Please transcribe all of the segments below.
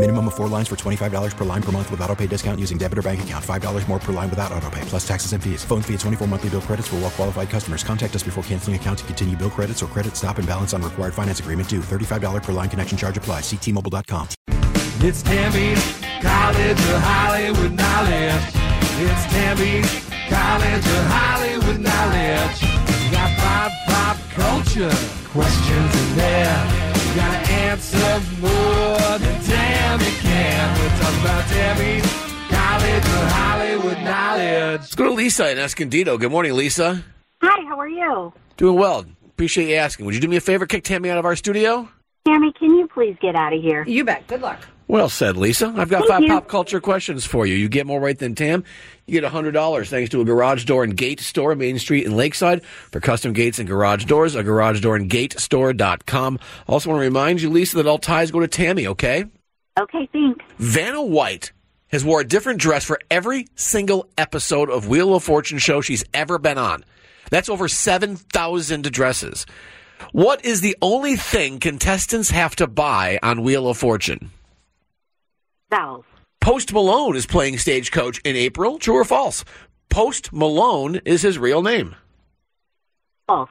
Minimum of four lines for $25 per line per month with auto pay discount using debit or bank account. $5 more per line without auto pay, plus taxes and fees. Phone fee at 24 monthly bill credits for all well qualified customers. Contact us before canceling account to continue bill credits or credit stop and balance on required finance agreement due. $35 per line connection charge applies. Ctmobile.com. It's Tammy's College of Hollywood Knowledge. It's Tammy's College of Hollywood Knowledge. You got pop, pop culture questions in there. You gotta answer more than Tammy can. We're talking about Tammy's College of Hollywood Knowledge. Let's go to Lisa in Escondido. Good morning, Lisa. Hi, how are you? Doing well. Appreciate you asking. Would you do me a favor? Kick Tammy out of our studio? Tammy, can you please get out of here? You bet. Good luck. Well said, Lisa. I've got Thank five you. pop culture questions for you. You get more right than Tam. You get $100 thanks to a garage door and gate store, Main Street and Lakeside. For custom gates and garage doors, a garage door and gate store.com. Also want to remind you, Lisa, that all ties go to Tammy, okay? Okay, thanks. Vanna White has wore a different dress for every single episode of Wheel of Fortune show she's ever been on. That's over 7,000 dresses. What is the only thing contestants have to buy on Wheel of Fortune? Vowels. Post Malone is playing stagecoach in April. True or false? Post Malone is his real name. False.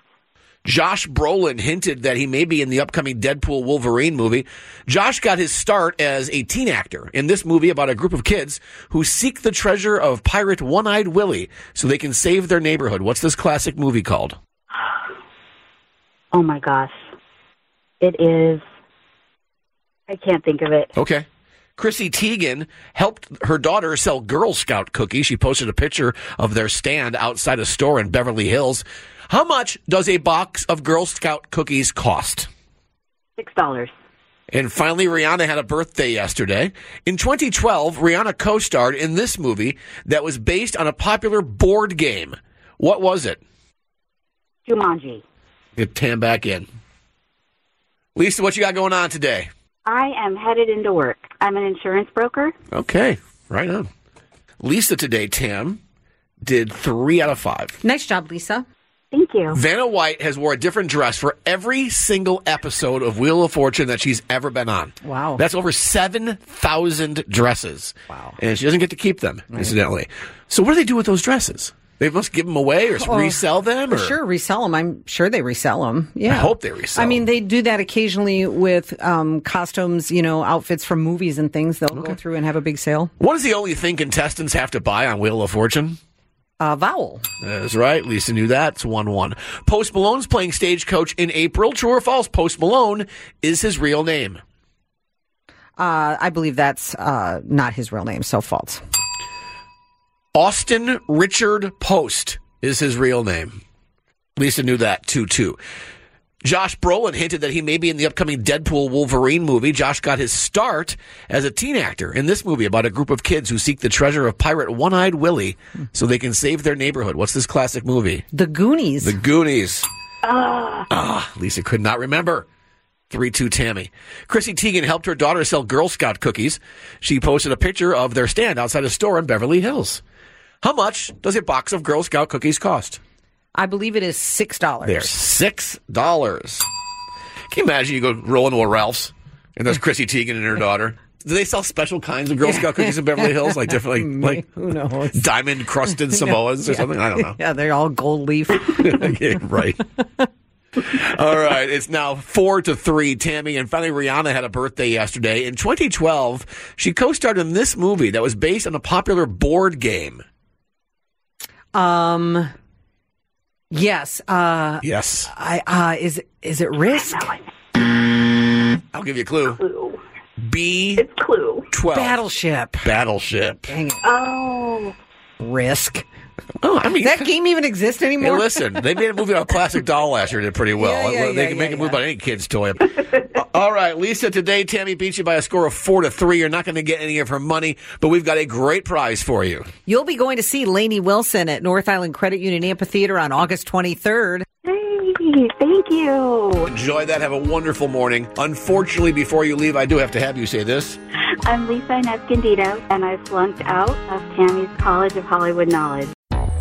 Josh Brolin hinted that he may be in the upcoming Deadpool Wolverine movie. Josh got his start as a teen actor in this movie about a group of kids who seek the treasure of pirate One Eyed Willie so they can save their neighborhood. What's this classic movie called? Oh my gosh. It is. I can't think of it. Okay. Chrissy Teigen helped her daughter sell Girl Scout cookies. She posted a picture of their stand outside a store in Beverly Hills. How much does a box of Girl Scout cookies cost? Six dollars. And finally, Rihanna had a birthday yesterday. In 2012, Rihanna co starred in this movie that was based on a popular board game. What was it? Jumanji. Get Tam back in. Lisa, what you got going on today? I am headed into work. I'm an insurance broker. Okay, right on. Lisa today, Tam, did three out of five. Nice job, Lisa. Thank you. Vanna White has wore a different dress for every single episode of Wheel of Fortune that she's ever been on. Wow. That's over 7,000 dresses. Wow. And she doesn't get to keep them, incidentally. So what do they do with those dresses? They must give them away or resell them? Or? Sure, resell them. I'm sure they resell them. Yeah. I hope they resell I mean, 'em. they do that occasionally with um, costumes, you know, outfits from movies and things. They'll go through and have a big sale. What is the only thing contestants have to buy on Wheel of Fortune? Uh, vowel. That's right. Lisa knew that. It's 1 1. Post Malone's playing stagecoach in April. True or false? Post Malone is his real name. Uh, I believe that's uh, not his real name, so false. Austin Richard Post is his real name. Lisa knew that too, too. Josh Brolin hinted that he may be in the upcoming Deadpool Wolverine movie. Josh got his start as a teen actor in this movie about a group of kids who seek the treasure of pirate One Eyed Willie so they can save their neighborhood. What's this classic movie? The Goonies. The Goonies. Ah, Lisa could not remember. 3 2 Tammy. Chrissy Teigen helped her daughter sell Girl Scout cookies. She posted a picture of their stand outside a store in Beverly Hills. How much does a box of Girl Scout cookies cost? I believe it is $6. They're $6. Can you imagine you go rolling to a Ralph's and there's Chrissy Teigen and her daughter? Do they sell special kinds of Girl Scout cookies in Beverly Hills? Like different, like, Who knows? like diamond crusted Samoas or something? I don't know. Yeah, they're all gold leaf. Okay, right. All right, it's now four to three, Tammy. And finally, Rihanna had a birthday yesterday. In 2012, she co starred in this movie that was based on a popular board game. um, yes. Uh, Yes. I, uh, is, is it Risk? I'll give you a clue. B. It's Clue. 12. Battleship. Battleship. Dang it. Oh. Risk. Oh, I mean, that game even exist Hey, anymore? listen, they made a movie on a plastic doll last year. and Did pretty well. Yeah, yeah, they yeah, can make a movie about any kid's toy. All right, Lisa. Today, Tammy beat you by a score of four to three. You're not going to get any of her money, but we've got a great prize for you. You'll be going to see Lainey Wilson at North Island Credit Union Amphitheater on August 23rd. Hey, thank you. Enjoy that. Have a wonderful morning. Unfortunately, before you leave, I do have to have you say this. I'm Lisa Inescondito, and I flunked out of Tammy's College of Hollywood Knowledge.